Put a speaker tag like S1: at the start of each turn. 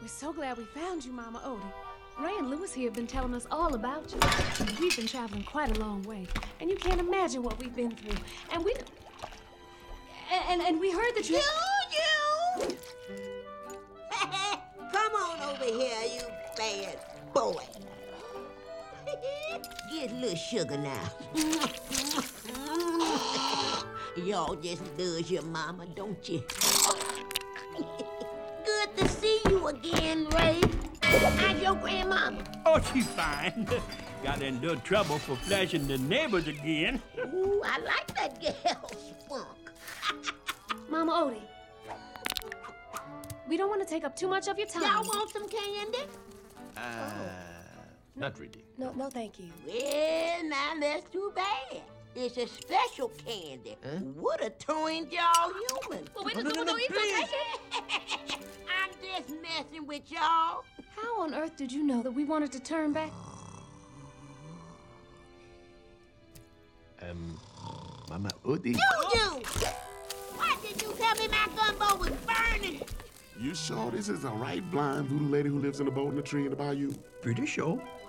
S1: We're so glad we found you, Mama Odie. Ray and Lewis here have been telling us all about you. We've been traveling quite a long way, and you can't imagine what we've been through. And we. And, and, and we heard that you.
S2: You, you! Come on over here, you bad boy. Get a little sugar now. Y'all just love your mama, don't you? Good to see you again, Ray. How's your grandmama?
S3: Oh, she's fine. Got in little trouble for flashing the neighbors again.
S2: Ooh, I like that girl, Spunk.
S1: Mama Odie. We don't want to take up too much of your time.
S2: Y'all want some candy?
S4: Not really.
S1: No, no, thank you.
S2: Well, now that's too bad. It's a special candy. Would have turned y'all human.
S1: Well, we just don't want to eat
S2: I'm just messing with y'all.
S1: How on earth did you know that we wanted to turn back?
S4: Um, Mama Odie.
S2: You! Why did you tell me my gumbo was burning?
S5: You sure this is the right blind voodoo lady who lives in the boat in the tree in the bayou?
S4: Pretty sure.